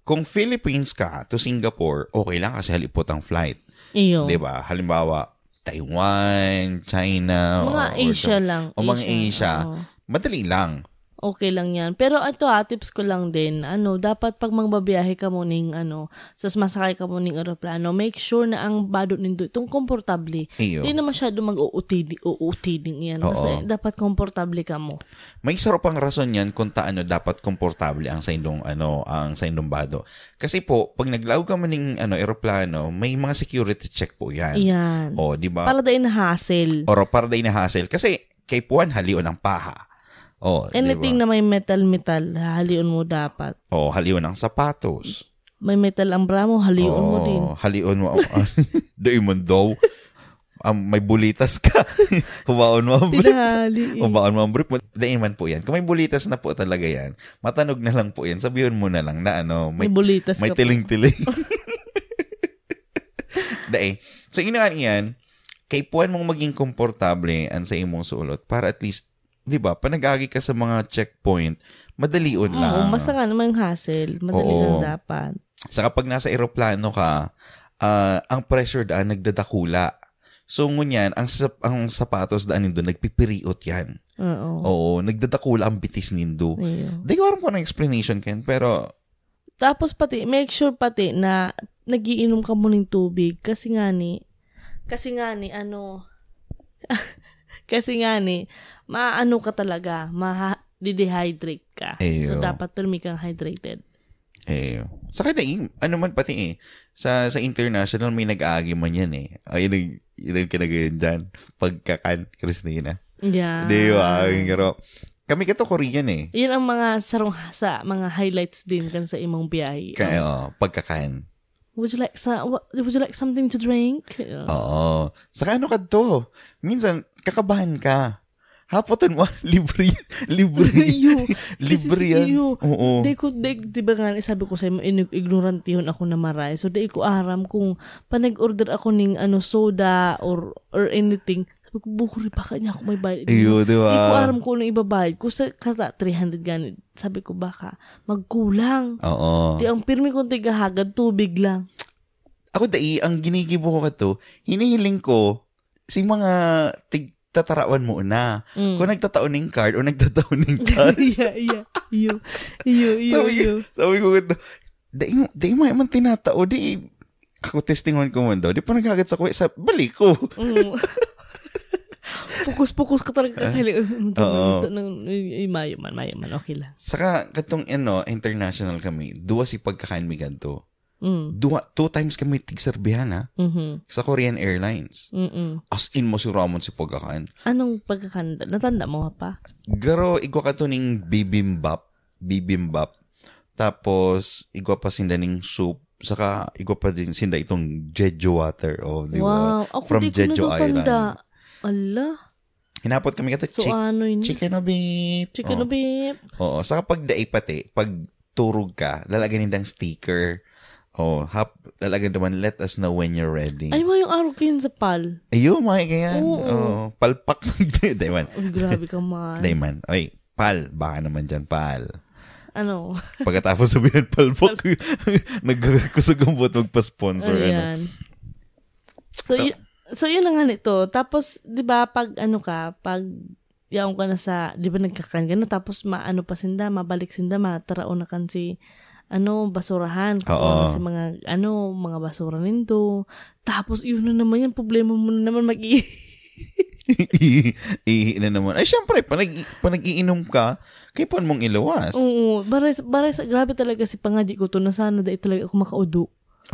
kung Philippines ka to Singapore, okay lang kasi halipot ang flight. Iyo. 'Di ba? Halimbawa, Taiwan, China, Mga or- or Asia lang. O mga Asia. oo. Madali lang. Okay lang yan. Pero ito ah, tips ko lang din. Ano, dapat pag magbabiyahe ka mo ning, ano, sas masakay ka mo ning aeroplano, make sure na ang bado nindo itong komportable. Iyo. Hindi na masyado mag-uutini, uutining yan. Kasi Oo. dapat komportable ka mo. May sarap ang rason yan kung taano dapat komportable ang sa indong ano, ang sa indong bado. Kasi po, pag naglaw ka man ng ano eroplano, may mga security check po 'yan. Yan. O, 'di ba? Para dahil na hassle. Or para day na hassle kasi kay Puan halion ang paha. O, 'di ba? Anything na may metal-metal, halion mo dapat. O, halion ang sapatos. May metal ang bra mo, halion mo Oo, din. Halion mo. Doon mo daw. Um, may bulitas ka. Hubaon mo ang brief. Pinahali. eh. Hubaon mo ang brief. Dain man po yan. Kung may bulitas na po talaga yan, matanog na lang po yan. Sabihin mo na lang na ano, May may, bulitas may ka pa. tiling-tiling. Dain. So, inaan yan, kay puan mong maging komportable ang sa imong suulot para at least, di ba, panagagi ka sa mga checkpoint, madalion lang. Oo, basta nga naman yung hassle. Madali Oo. lang dapat. Sa kapag nasa eroplano ka, ah, ang pressure daan nagdadakula. So ngunyan, ang sap- ang sapatos daan nindo nagpipiriot 'yan. Oo. Oo, nagdadakula ang bitis nindo. Ayun. Di ko alam kung anong explanation ken, pero Tapos pati, make sure pati na nagiinom ka muna ng tubig kasi nga ni, kasi nga ni, ano, kasi nga ni, maano ka talaga, ma dehydrate ka. So, Eyo. dapat tumi kang hydrated. eh sa kada ano man pati eh sa sa international may nag-aagi man 'yan eh. Ay nag yun ang kinagayon dyan. Pagkakan, Christina. Yeah. Di Ah. ba? Pero, kami kato Korean eh. Yan ang mga sarong sa mga highlights din kan sa imong biyahe. Kaya, eh, oh, pagkakan. Would you like sa what, would you like something to drink? Yeah. Oo. Saka ano ka to? Minsan, kakabahan ka. Hapotan mo, libre, libre, Iyo. libre Kasi yan. iyo. Oo. Di ko, di, di ba nga, sabi ko sa'yo, inig- ignorant yun ako na maray. So, di ko aram kung panag-order ako ng ano, soda or or anything. Sabi ko, bukuri pa kanya ako may bayad. Iyo, di ba? Di ko aram kung ano ibabayad ko. Sa kata, 300 ganit. Sabi ko, baka magkulang. Oo. Di ang pirmi kong tigahagad, tubig lang. Ako dai, ang ginigibo ko ka to, hinihiling ko, si mga tigtatarawan mo na. Mm. Kung nagtataon ng card o nagtataon ng cash. yeah, yeah. Iyo, iyo, iyo, Sabi- iyo. Sabi ko ganito, dai mo, dai mo man tinatao, di, ako testingon ko man daw, di pa nagkagat sa kuwi, sa balik ko. Mm. Focus-focus ka talaga kakailangan. Ah, Oo. Mayo man, mayo man. Okay lang. Saka, katong ano, international kami, duwa si pagkakain mi ganito. Mm. Duwa, two times kami tigserbihan ha, mhm sa Korean Airlines. mm As in mo si Ramon si pagkakain. Anong pagkakanda? Natanda mo pa? Garo, igwa ka to ning bibimbap. Bibimbap. Tapos, igwa pa sinda ning soup. Saka, igwa pa din sinda itong jeju water. Oh, di Wow. ba? Ako From di ko Jeju natatanda. Ala. Hinapot kami kata, So, chick- oh. ano yun? chicken o beef. Chicken Oo. beef. Oo. Saka pag daipate, pag turog ka, lalagyan nindang sticker. Oh, hap, lalagyan naman, let us know when you're ready. Ay, mo yung araw ko yun sa pal. Ayun, mga ganyan. Oo. Oo. Palpak ng Dayman. Uy, grabe ka man. Dayman. Ay, pal. Baka naman dyan, pal. ano? Pagkatapos sabihin, palpak. Nagkusog ang buhat magpa-sponsor. Ano. Ayan. So, So- so, so, yun na nga nito. Tapos, di ba, pag ano ka, pag yaong ka na sa, di ba nagkakan ka na, tapos maano pa sinda, mabalik sinda, mataraon na kan si, ano, basurahan. Oo. Kasi mga, ano, mga basura nito. Tapos, yun na naman yan, problema mo na naman mag Ihiin na naman. Ay, syempre, panag, panag-iinom ka, kay paan mong ilawas. Oo, baray, baray, sa- grabe talaga si pangaji ko to, na sana dahil talaga ako makaudo.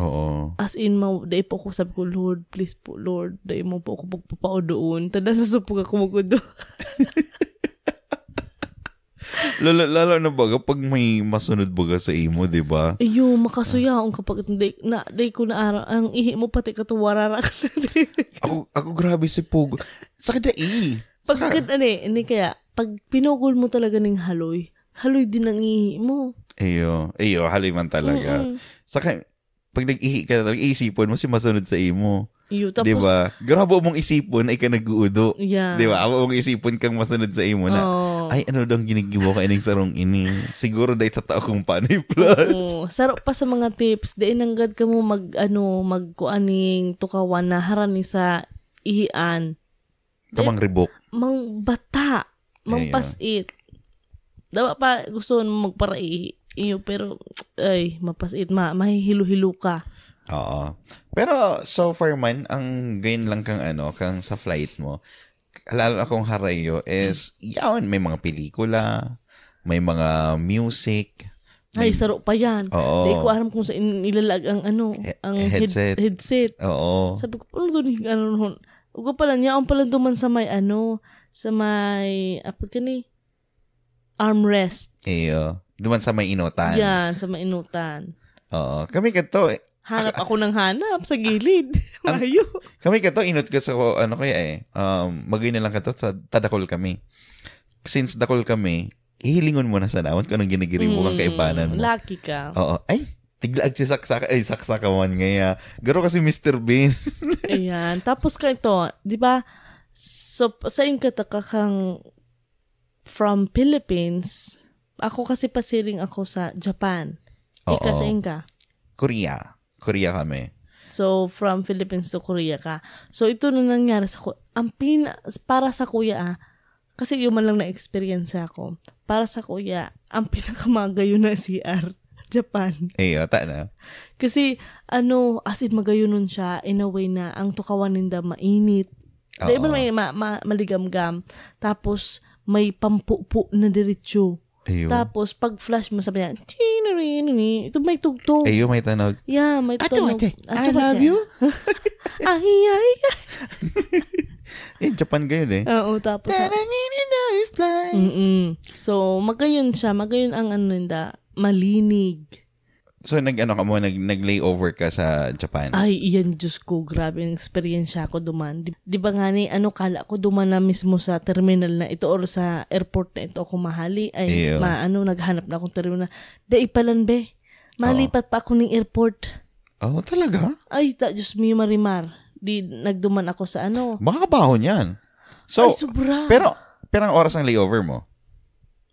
Oo. As in, ma- dahil po ako sabi ko, Lord, please po, Lord, dahil mo po ako pagpapao doon. Tada, susupog ako magudo. Lalo, lalo na baga, pag may masunod baga sa imo, di ba? Iyo, makasuyaon kapag hindi, na, dahil ko na araw, ang ihi mo pati katuwarara ka Ako, ako grabe si Pugo. Saka dai. Pag, Saka, ano, ano kaya, pag pinukul mo talaga ng haloy, haloy din ang ihi mo. ayo, ayo, haloy man talaga. Mm-mm. Saka, pag nag-ihi ka na talaga, iisipon mo si masunod sa imo. Iyo, tapos, Di ba? Grabe mong isipon ay ka nag-uudo. Yeah. Di ba? Amo mong isipon kang masunod sa imo na. Oo. Ay, ano daw ang ginigibo ka ining sarong ini? Siguro dahil tatao kong panay plus. Oo. Sarap pa sa mga tips. Di inanggad ka mo mag, ano, magkuaning tukawan na harani sa ihian. Tamang ribok. Mang bata. Mang Ayo. pasit. Dapat pa gusto mo magpara ihi. Iyo, pero, ay, mapasit. Ma, mahihilo-hilo ka. Oo. Pero so far man, ang gain lang kang ano, kang sa flight mo, lalo akong harayo is, yawn, may mga pelikula, may mga music. Ay, may- sarap pa yan. Mm. Oo. Di ko alam kung saan ilalag ang ano, He- ang headset. headset. headset. Oo. Sabi ko, ano to ni, ano nun? Huwag ko pala niya, ang pala duman sa may ano, sa may, apa ka ni? Armrest. Iyo. Duman sa may inotan. Yan, sa mainutan. Oo. Kami kato, eh. Hanap ako ng hanap sa gilid. Ang- Mayo. kami kato, inot ko sa ko- ano kaya eh, um, magay na lang kato, sa tadakol kami. Since dakol kami, ihilingon mo na sa naman kung anong ginigiri mo Hmm. kang kaibanan mo. Oh. Lucky ka. Oo. Ay, tiglaag si Saksaka. Ay, Saksaka man ngaya. Garo kasi Mr. Bean. Ayan. Tapos ka ito, di ba, so, sa kataka kang from Philippines, ako kasi pasiring ako sa Japan. Oo. Ika sa Inka. Korea. Korea kami. So, from Philippines to Korea ka. So, ito na nangyari sa ku- ang pina, para sa kuya ah, kasi yung man lang na-experience ako, para sa kuya, ang pinakamagayo na CR, Japan. Eh, ta na. Kasi, ano, as in magayo nun siya, in a way na ang tukawan ninda mainit. Oo. Di ba may ma- ma- maligam-gam? Tapos, may pampupo na diretsyo. Ayun. Tapos, pag-flash mo, sabi niya, "Tininini." ito may tugtog. Ayun, may tanog. Yeah, may Ato, tunog. ate. I Acho, love ate. you. Ay, ay, ay. Eh, Japan gayon eh. Oo, tapos, Tananginina is blind. mm So, magayon siya. Magayon ang ano nda, malinig. So, nag, ano ka mo, nag, nag-layover ka sa Japan. Ay, iyan, Diyos ko, grabe ang experience ko duman. Di, di ba nga ni, ano, kala ko duman na mismo sa terminal na ito or sa airport na ito ako mahali. Ay, Ew. ma, ano, naghanap na akong terminal. Dai palan, be. Malipat pa ako ng airport. Oh, talaga? Ay, ta, Diyos mio, Marimar. Di, nagduman ako sa ano. Makakabahon yan. So, Ay, sobra. pero, pero ang oras ng layover mo?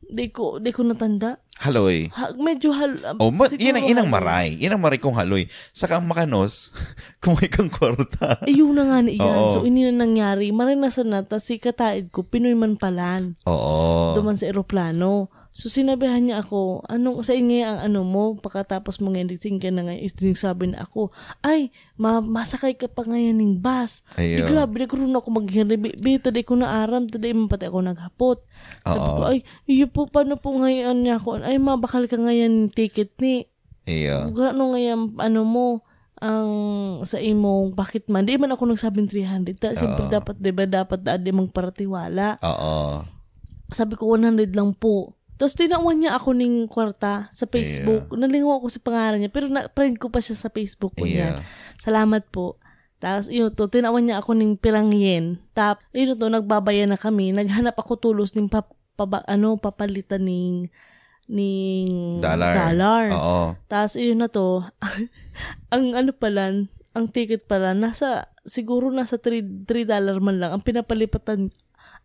Di ko, di ko natanda. Haloy. Ha, medyo hal... Oh, ma- siguro yan ang inang hal- maray. Yan ang maray kong haloy. Saka ang makanos, kumay kang kwarta. Ay, yun Eh, na nga na iyan. Oo. So, ini na nangyari. Marinasan na, tas si kataid ko, Pinoy man palan. Oo. Duman sa eroplano. So, sinabihan niya ako, anong, sa inyo ang ano mo, pagkatapos mong editing ka na ngayon, is sabi na ako, ay, ma masakay ka pa ngayon ng bus. Ay, Ayaw. grabe, nagkaroon ako maghiri. Be, be, taday ko na aram, taday man pati ako naghapot. Sabi Oo. ko, ay, iyo po, paano po ngayon niya ako? Ay, mabakal ka ngayon ticket ni. Ayaw. Gano nga yung ano mo, ang sa imong bakit man. Di man ako nagsabing 300. Ta, Siyempre Oo. dapat, di ba, dapat adi mong paratiwala. Oo. Sabi ko 100 lang po. Tapos tinawan niya ako ng kwarta sa Facebook. Nalingaw ako sa pangalan niya. Pero na-friend ko pa siya sa Facebook ko niya. Ayaw. Salamat po. Tapos yun to, tinawan niya ako ng pirang yen. Tap, yun to, nagbabaya na kami. Naghanap ako tulos ng pap, paba- ano, papalitan ng ning Dollar. dollar. Oo. Tapos, yun na to. ang ano pala, ang ticket pala, nasa, siguro nasa 3, 3 dollar man lang. Ang pinapalipatan,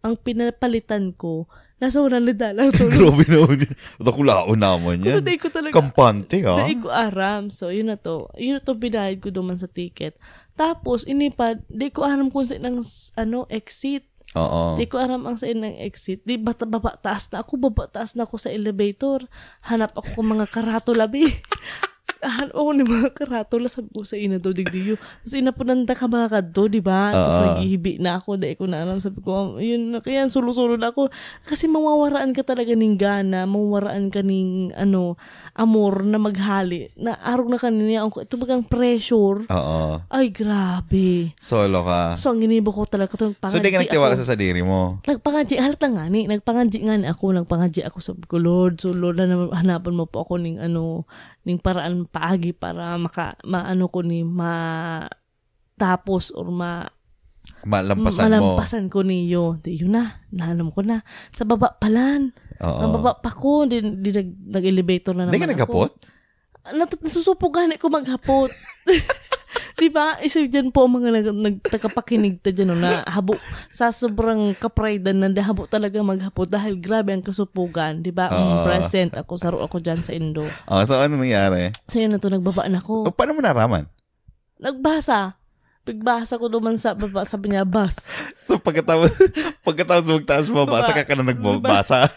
ang pinapalitan ko, nasa 100 dollar to. Grabe na yun. Nakulaon naman Kasi yan. day ko talaga, Kampante, ha? day ko aram. So, yun na to. Yun na to, binayad ko duman sa ticket. Tapos, inipad, day ko aram kung saan ang, s- ano, exit. Oo. Di ko aram ang saan ng exit. Di bata, baba taas na ako, baba taas na ako sa elevator. Hanap ako ng mga karatula, bi. Hanap ako ng mga karatula. Sabi ko sa ina do, digdiyo. Tapos inapunanda ka mga kadto, di ba? Tapos Oo. naghihibi na ako, di ko na alam. Sabi ko, "Um, yun, na- kaya sulusulo na ako. Kasi mawawaraan ka talaga ng gana, mawawaraan ka ng, ano, amor na maghali. Na araw na kanina, ang- ito bagang pressure. Oo. Ay, grabe. Solo ka. So, ang ginibo ko talaga ito. Ah. So, di ka nagtiwala sa sarili mo. Nagpangadji, halata nga ni, nagpangadji nga ni ako, nagpangadji ako sa ko, Lord, so Lord, na hanapan mo po ako ng ano, ng paraan paagi para maka, maano ko ni, ma, tapos or ma, Malampasan mo. malampasan ko niyo. Di yun na, nahanam ko na. Sa baba palan, Oo. ang baba pa ko, di, di nag, nag-elevator na naman Di Oh. ka nagkapot? Ako. Nat- nasusupugan ko maghapot. Di ba? Isa dyan po ang mga nag, nagtakapakinig ta dyan, no, na habo sa sobrang kapridan na habo talaga maghapot dahil grabe ang kasupugan. Di ba? Um, Oo. present ako, saro ako dyan sa Indo. Oh, so, ano nangyari? So yun na to, nagbabaan O, ako. paano mo naraman? Nagbasa. Pagbasa ko naman sa baba, sabi niya, bus. So, pagkatapos, pagkatapos magtaas mo, basa ka ka na nagbabasa.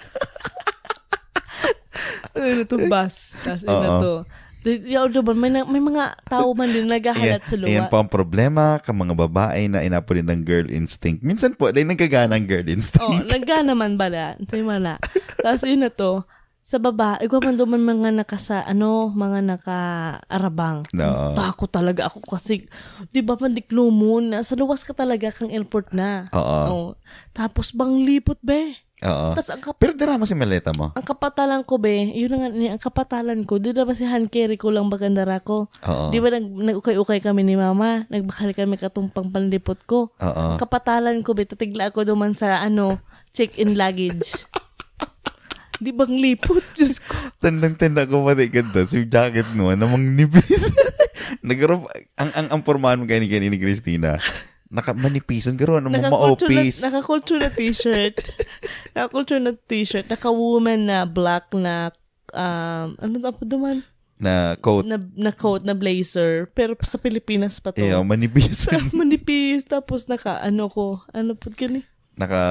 Ayun na to, bus. Tapos yun na Oo. to. Di- Yaw naman, may, na- may mga tao man din naghahalat sa luwa. Ayan po ang problema ka mga babae na inapo din ng girl instinct. Minsan po, dahil nagkagana ang girl instinct. Oh, nagga naman bala. Tay mala. Tapos yun na to. Sa baba, ikaw man duman mga nakasa, ano, mga naka-arabang. No. Takot talaga ako kasi, di ba pandiklo mo na, sa luwas ka talaga kang airport na. Oo. Ah. Oo. Tapos bang lipot, be. Oo. Tapos ang, kap- Pero darama si maleta mo. ang kapatalan ko, be, yun na nga, ni- ang kapatalan ko, di na ba si Han Carey ko lang bagandara ko? Oo. Di ba nag, nag-ukay-ukay kami ni mama? Nagbakal kami katumpang panlipot ko? Oo. kapatalan ko, beta, tigla ako duman sa, ano, check-in luggage. Di bang lipot? Diyos ko. Tandang-tanda ko pati ganda. Si jacket mo, namang nipis. Nagkaroon, ang, ang, ang pormahan mo kanina kanina ni Christina. Naka, manipisan karoon. Ang mga Nakakulture na, opis. nakakulture na t-shirt. nakakulture na t-shirt. Naka-woman na black na, um, ano na po duman? na coat. Na, na coat, na blazer. Pero sa Pilipinas pa to. Eh, oh, manipisan. Manipis. Tapos naka, ano ko, ano po gani? naka,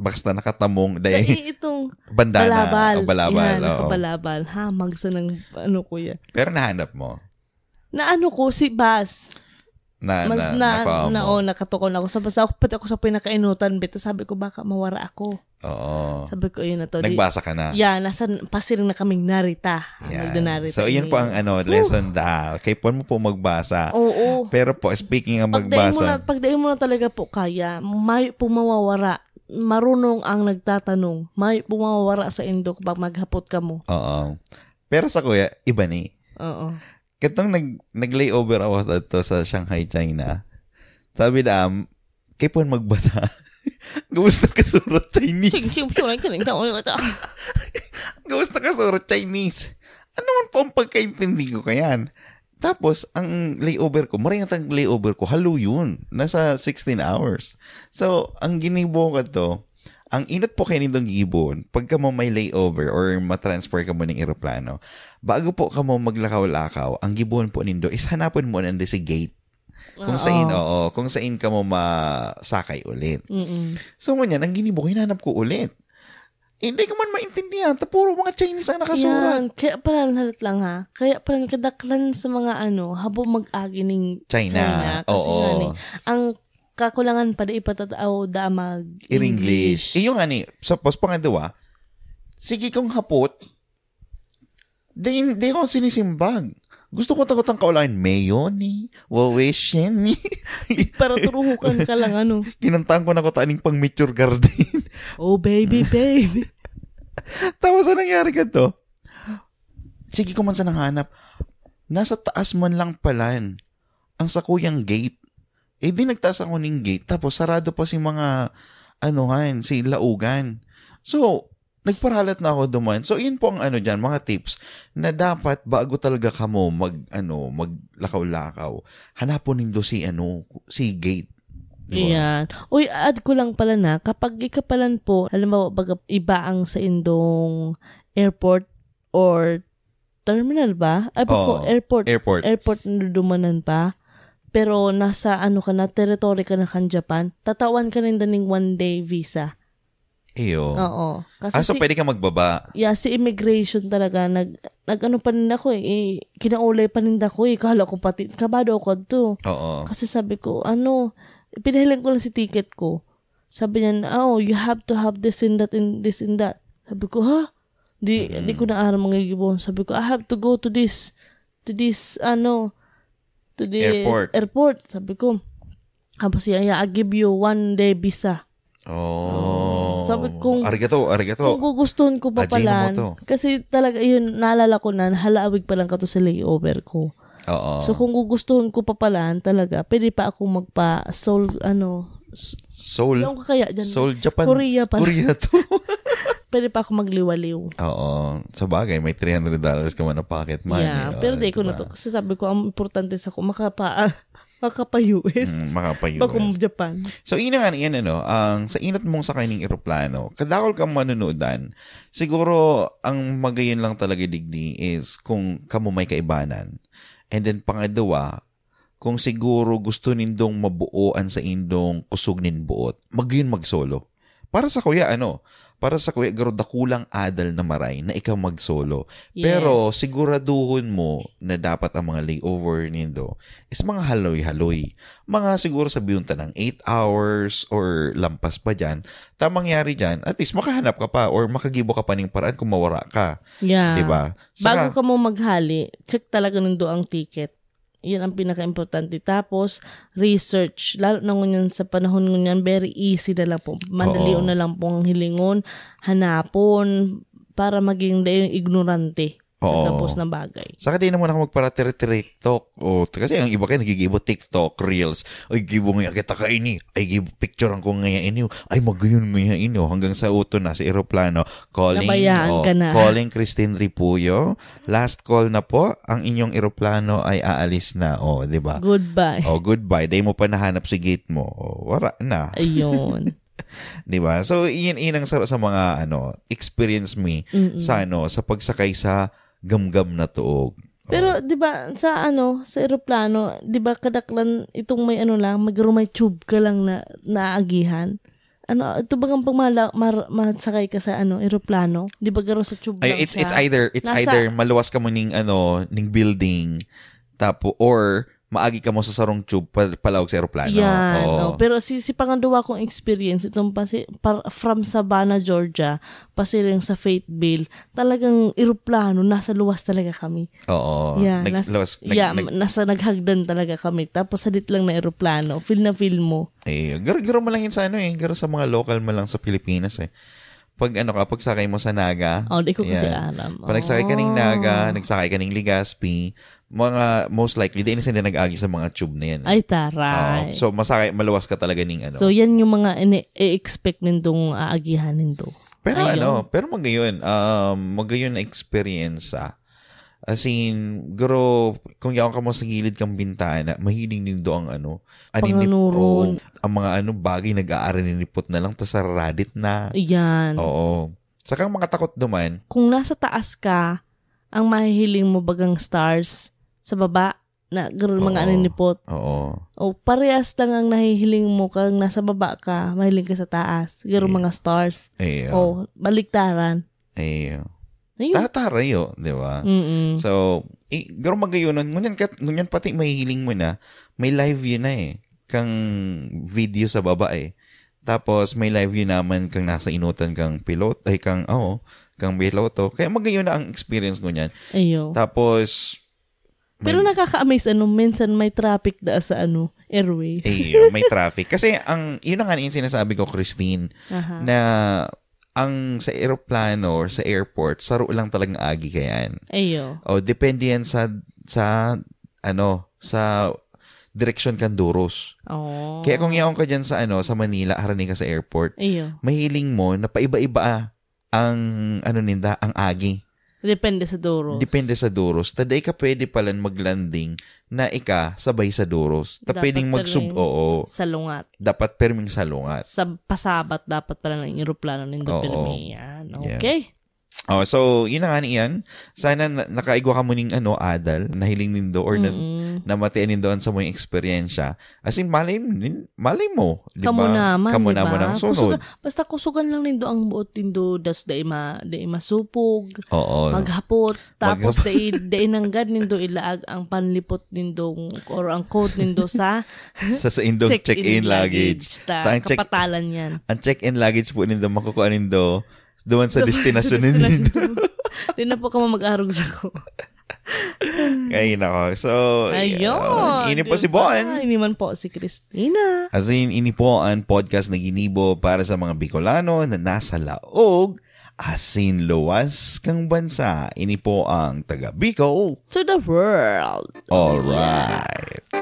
basta nakatamong, dahil, Ay, itong bandana. balabal. Ang oh, balabal. Yan, oo. nakabalabal. Hamag sa ng, ano ko yan. Pero nahanap mo. Na ano ko, si Bas. Na, Mas na, na, nakuha mo. na, oh, nakatukon ako. Sa basta ako, pati ako sa pinakainutan, bit. Sabi ko, baka mawara ako. Oo. Sabi ko, yun na to. Di- Nagbasa ka na. Yeah, nasa pasiring na kaming narita. Yeah. Narita So, iyan po ang ano, lesson dahil. Kay po mo po magbasa. Oo. Pero po, speaking ng Pagdain mo, na, magbasa, pagdain mo na talaga po kaya, may pumawawara. Marunong ang nagtatanong. May pumawawara sa indo kapag maghapot ka mo. oo. Pero sa kuya, iba na eh. Oo. Katong nag, nag-layover ako dito sa Shanghai, China, sabi na, um, kayo po magbasa. Gusto na kasurat Ching, Chinese. ching, pula, kiling, tao, yung ata. Gusto na kasurat Chinese. Ano man po ang pagkaintindi ko kayan? Tapos, ang layover ko, maraming ang layover ko, halo yun. Nasa 16 hours. So, ang ginibo ko to, ang inot po kayo nitong giibon, pagka mo may layover or matransfer ka mo ng eroplano, bago po ka mo maglakaw-lakaw, ang gibon po nindo is hanapin mo nandi si gate. Oo. Kung saan, oo, kung saan ka mo masakay ulit. Mm-mm. So, ngunyan, ang ginibo, hinanap ko ulit. Eh, Hindi ko man maintindihan. Ta, puro mga Chinese ang nakasurat. Yan. Kaya pala halat lang ha. Kaya pala kadaklan sa mga ano, habo mag-agi ning China. China. Kasi oo. nga ni, ang kakulangan pa di ipatatao da mag In English. Iyo nga ni, suppose pangadawa, sige kong hapot, di, di ko sinisimbag. Gusto ko takot ang kaulain, mayo ni, wawishin ni. Para turuhukan ka lang ano. Kinantaan ko na ko taaning pang mature garden. Oh baby, baby. Tapos ano nangyari ka to? Sige ko man sa nanghanap, nasa taas man lang palan, ang sakuyang gate. Eh di nagtaas ako ng gate, tapos sarado pa si mga, anuhan, si laugan. So, nagparalat na ako duman. So, yun po ang ano dyan, mga tips, na dapat bago talaga ka mo mag, ano, maglakaw-lakaw, hanapon nindo si, ano, si gate. Di Yan. ba? Uy, add ko lang pala na, kapag ikapalan po, alam mo, baga iba ang sa indong airport or terminal ba? Ay, ba po, Oo. airport. Airport. airport na dudumanan pa, pero nasa ano ka na, territory ka na kan Japan, tatawan ka rin daning one day visa. Oo. Iyo. oh, Kasi Ah, so si, pwede ka magbaba. yeah, si immigration talaga, nag, nag ano pa rin ako eh, eh, kinaulay pa rin ako eh, kala ko pati, kabado ako to. Oo. Kasi sabi ko, ano, pinahilan ko lang si ticket ko. Sabi niya, oh, you have to have this and that and this and that. Sabi ko, ha? Di, di ko na araw magigibon. Sabi ko, I have to go to this, to this, ano, to this Airport. airport. Sabi ko, tapos siya, yeah, I'll give you one day visa. Oh. Sabi kong- Arigato, arigato. Kung gugustuhin ko pa Ajay pala, mo kasi talaga yun, naalala ko na, halaawig pa lang ka to sa layover ko. Oo. So kung gugustuhin ko pa pala, talaga, pwede pa ako magpa soul ano, s- Seoul. yung kaya dyan. Seoul, Japan. Korea pala. Korea to. Pwede pa ako magliwaliw. Oo. Sa bagay, may $300 ka man na pocket money. yeah, Oo, pero di ko na diba? to. Kasi sabi ko, ang importante sa ako, makapa, makapa-US. Mm, makapayos. Bago mo Japan. So, ina nga yan, ano, ang sa inat mong sakay ng eroplano, kadakol kang manunodan, siguro, ang magayon lang talaga digni is kung kamo may kaibanan. And then, pangadawa, kung siguro gusto nindong mabuoan sa indong kusog nin buot, magayon mag-solo. Para sa kuya, ano, para sa kuya, garo dakulang adal na maray na ikaw mag-solo. Pero Yes. siguraduhon mo na dapat ang mga layover nindo is mga haloy-haloy. Mga siguro sa biyunta ng 8 hours or lampas pa dyan. Tamang yari dyan, at least makahanap ka pa or makagibo ka pa ng paraan kung mawara ka. yeah. di ba? Ah. Bago ka Saka- mo maghali, check talaga nung ang ticket. Yan ang pinaka-importante. Tapos, research. Lalo na ngunyan sa panahon ngunyan, very easy na lang po. Madali Oo. na lang po ang hilingon, hanapon, para maging da yung ignorante Oo. sa tapos na bagay. Saka di naman ako magpara TikTok. O, Oh, kasi ang iba kayo nagigibo TikTok, Reels. Ay, gibo nga kita ka ini. Ay, gibo picture ko nga inyo. Ay, magayon nga inyo. Hanggang sa uto na, sa eroplano. Calling, Nabayaan o, ka na. calling Christine Ripuyo. Last call na po. Ang inyong eroplano ay aalis na. O, di ba? Goodbye. O, goodbye. Day mo pa nahanap si gate mo. O, wala na. Ayun. Di ba? So, iyan, iyan ang sarap sa mga, ano, experience me Mm-mm. sa, ano, sa pagsakay sa gamgam na tuog. O, Pero 'di ba sa ano, sa eroplano, 'di ba kadaklan itong may ano lang, magro may tube ka lang na naagihan. Ano, ito bang ang pamala, mar, masakay ka sa ano, eroplano? 'Di ba garo sa tube lang Ay, it's siya? it's either it's Nasa- either maluwas ka mo ning ano ning building tapo or maagi ka mo sa sarong tube pal- palawag sa eroplano. Yan. ano, Oo. oh. Pero si, si pangandawa kong experience, itong pasi, par, from Savannah, Georgia, pasiring sa Fayetteville, talagang eroplano, nasa luwas talaga kami. Oo. Yeah, nas- Nags- lawas- nag- yeah, nag- nasa naghagdan talaga kami. Tapos salit lang na eroplano. Feel na feel mo. eh, garo, garo mo lang yun sa ano eh. Garo sa mga local mo lang sa Pilipinas eh. pag ano ka, pag sakay mo sa Naga, Oh, di ko kasi Yeah. alam. pag nagsakay ka Oh. ng Naga, nagsakay ka ng Ligaspi, mga most likely, di sila nag-agi sa mga tube na yan. Ay, eh. Oo. taray. so, Oh, so, masakay, maluwas ka talaga ng ano. yan yung mga i-expect nindong aagihan nindo. Pero Ayun. ano, pero magayon, um, magayon na experience ah. As in, gro, kung yaon ka mo sa gilid kang bintana, mahiling nindo ang ano, aninip- Panganurun. oo, ang mga ano, bagay nag-aarinipot na lang, tas sa Reddit na. Yan. Oo. Saka ang mga takot naman, Kung nasa taas ka, ang mahihiling mo bagang stars sa baba na girl, mga Oo. aninipot. oo. O parehas lang ang nahihiling mo kang nasa baba ka, mahiling ka sa taas. Girl, Yeah. mga stars. Ayo. O, baliktaran. Ayo. Ayun. Tataray oh, di ba? Mm-mm. So, eh, garo magayunan, ngunyan, kat, ngunyan pati mahiling mo na, may live yun na eh. Kang video sa baba eh. Tapos, may live yun naman kang nasa inutan kang pilot, ay kang, oo, kang piloto. Kaya magayon na ang experience ngunyan. Ayun. Tapos, may- Pero nakaka-amaze ano, minsan may traffic da sa ano, airway. eh, may traffic. Kasi, ang, yun na nga yung sinasabi ko, Christine, Aha. na ang sa aeroplano or sa airport, saro lang talagang agi ka yan. Ayun. O, Oh, depende yan sa, sa, ano, sa direksyon kang duros. Oo. Kaya kung yaon ka dyan sa, ano, sa Manila, haranin ka sa airport, Ayun. mahiling mo na paiba-iba ah, ang, ano ninda, ang agi. Depende sa duro. Depende sa duros. Taday ka pwede pala mag-landing na ika sabay sa duros. Ta Dapat pwedeng pala mag-sub, yun. oo. sa lungat. Dapat perming salungat. Sa pasabat dapat pala ng eroplano ng Oo. Dupilmian. Yeah. Okay. Oh, so, yun na nga niyan. Sana na, nakaigwa ka mo ning, ano, adal, nahiling nindo or na, Mm-mm. na matianin doon sa mong eksperyensya. As in, malay, nin- malay mo. Di ba? Kamunaman, Kamunaman diba? ang sunod. Kusugan- basta kusugan lang nindo ang buot nindo das da ima da ima supog Oo. maghapot tapos Maghap- da da inanggad nindo ilaag ang panlipot nindo or ang coat nindo sa sa sa indong check-in luggage. Ta, Tang check- kapatalan yan Ang check-in luggage po nindo makukuha nindo doon sa destination Destination nindo. nindo. Di na po ka mag-arog sa ko. Ay, nako. So, Ayun. Ini po si diba? Bon. Ini man po si Christina. As in, ini po ang podcast na ginibo para sa mga Bicolano na nasa laog asin luwas kang bansa. Ini po ang taga Bicol. To the world. Alright.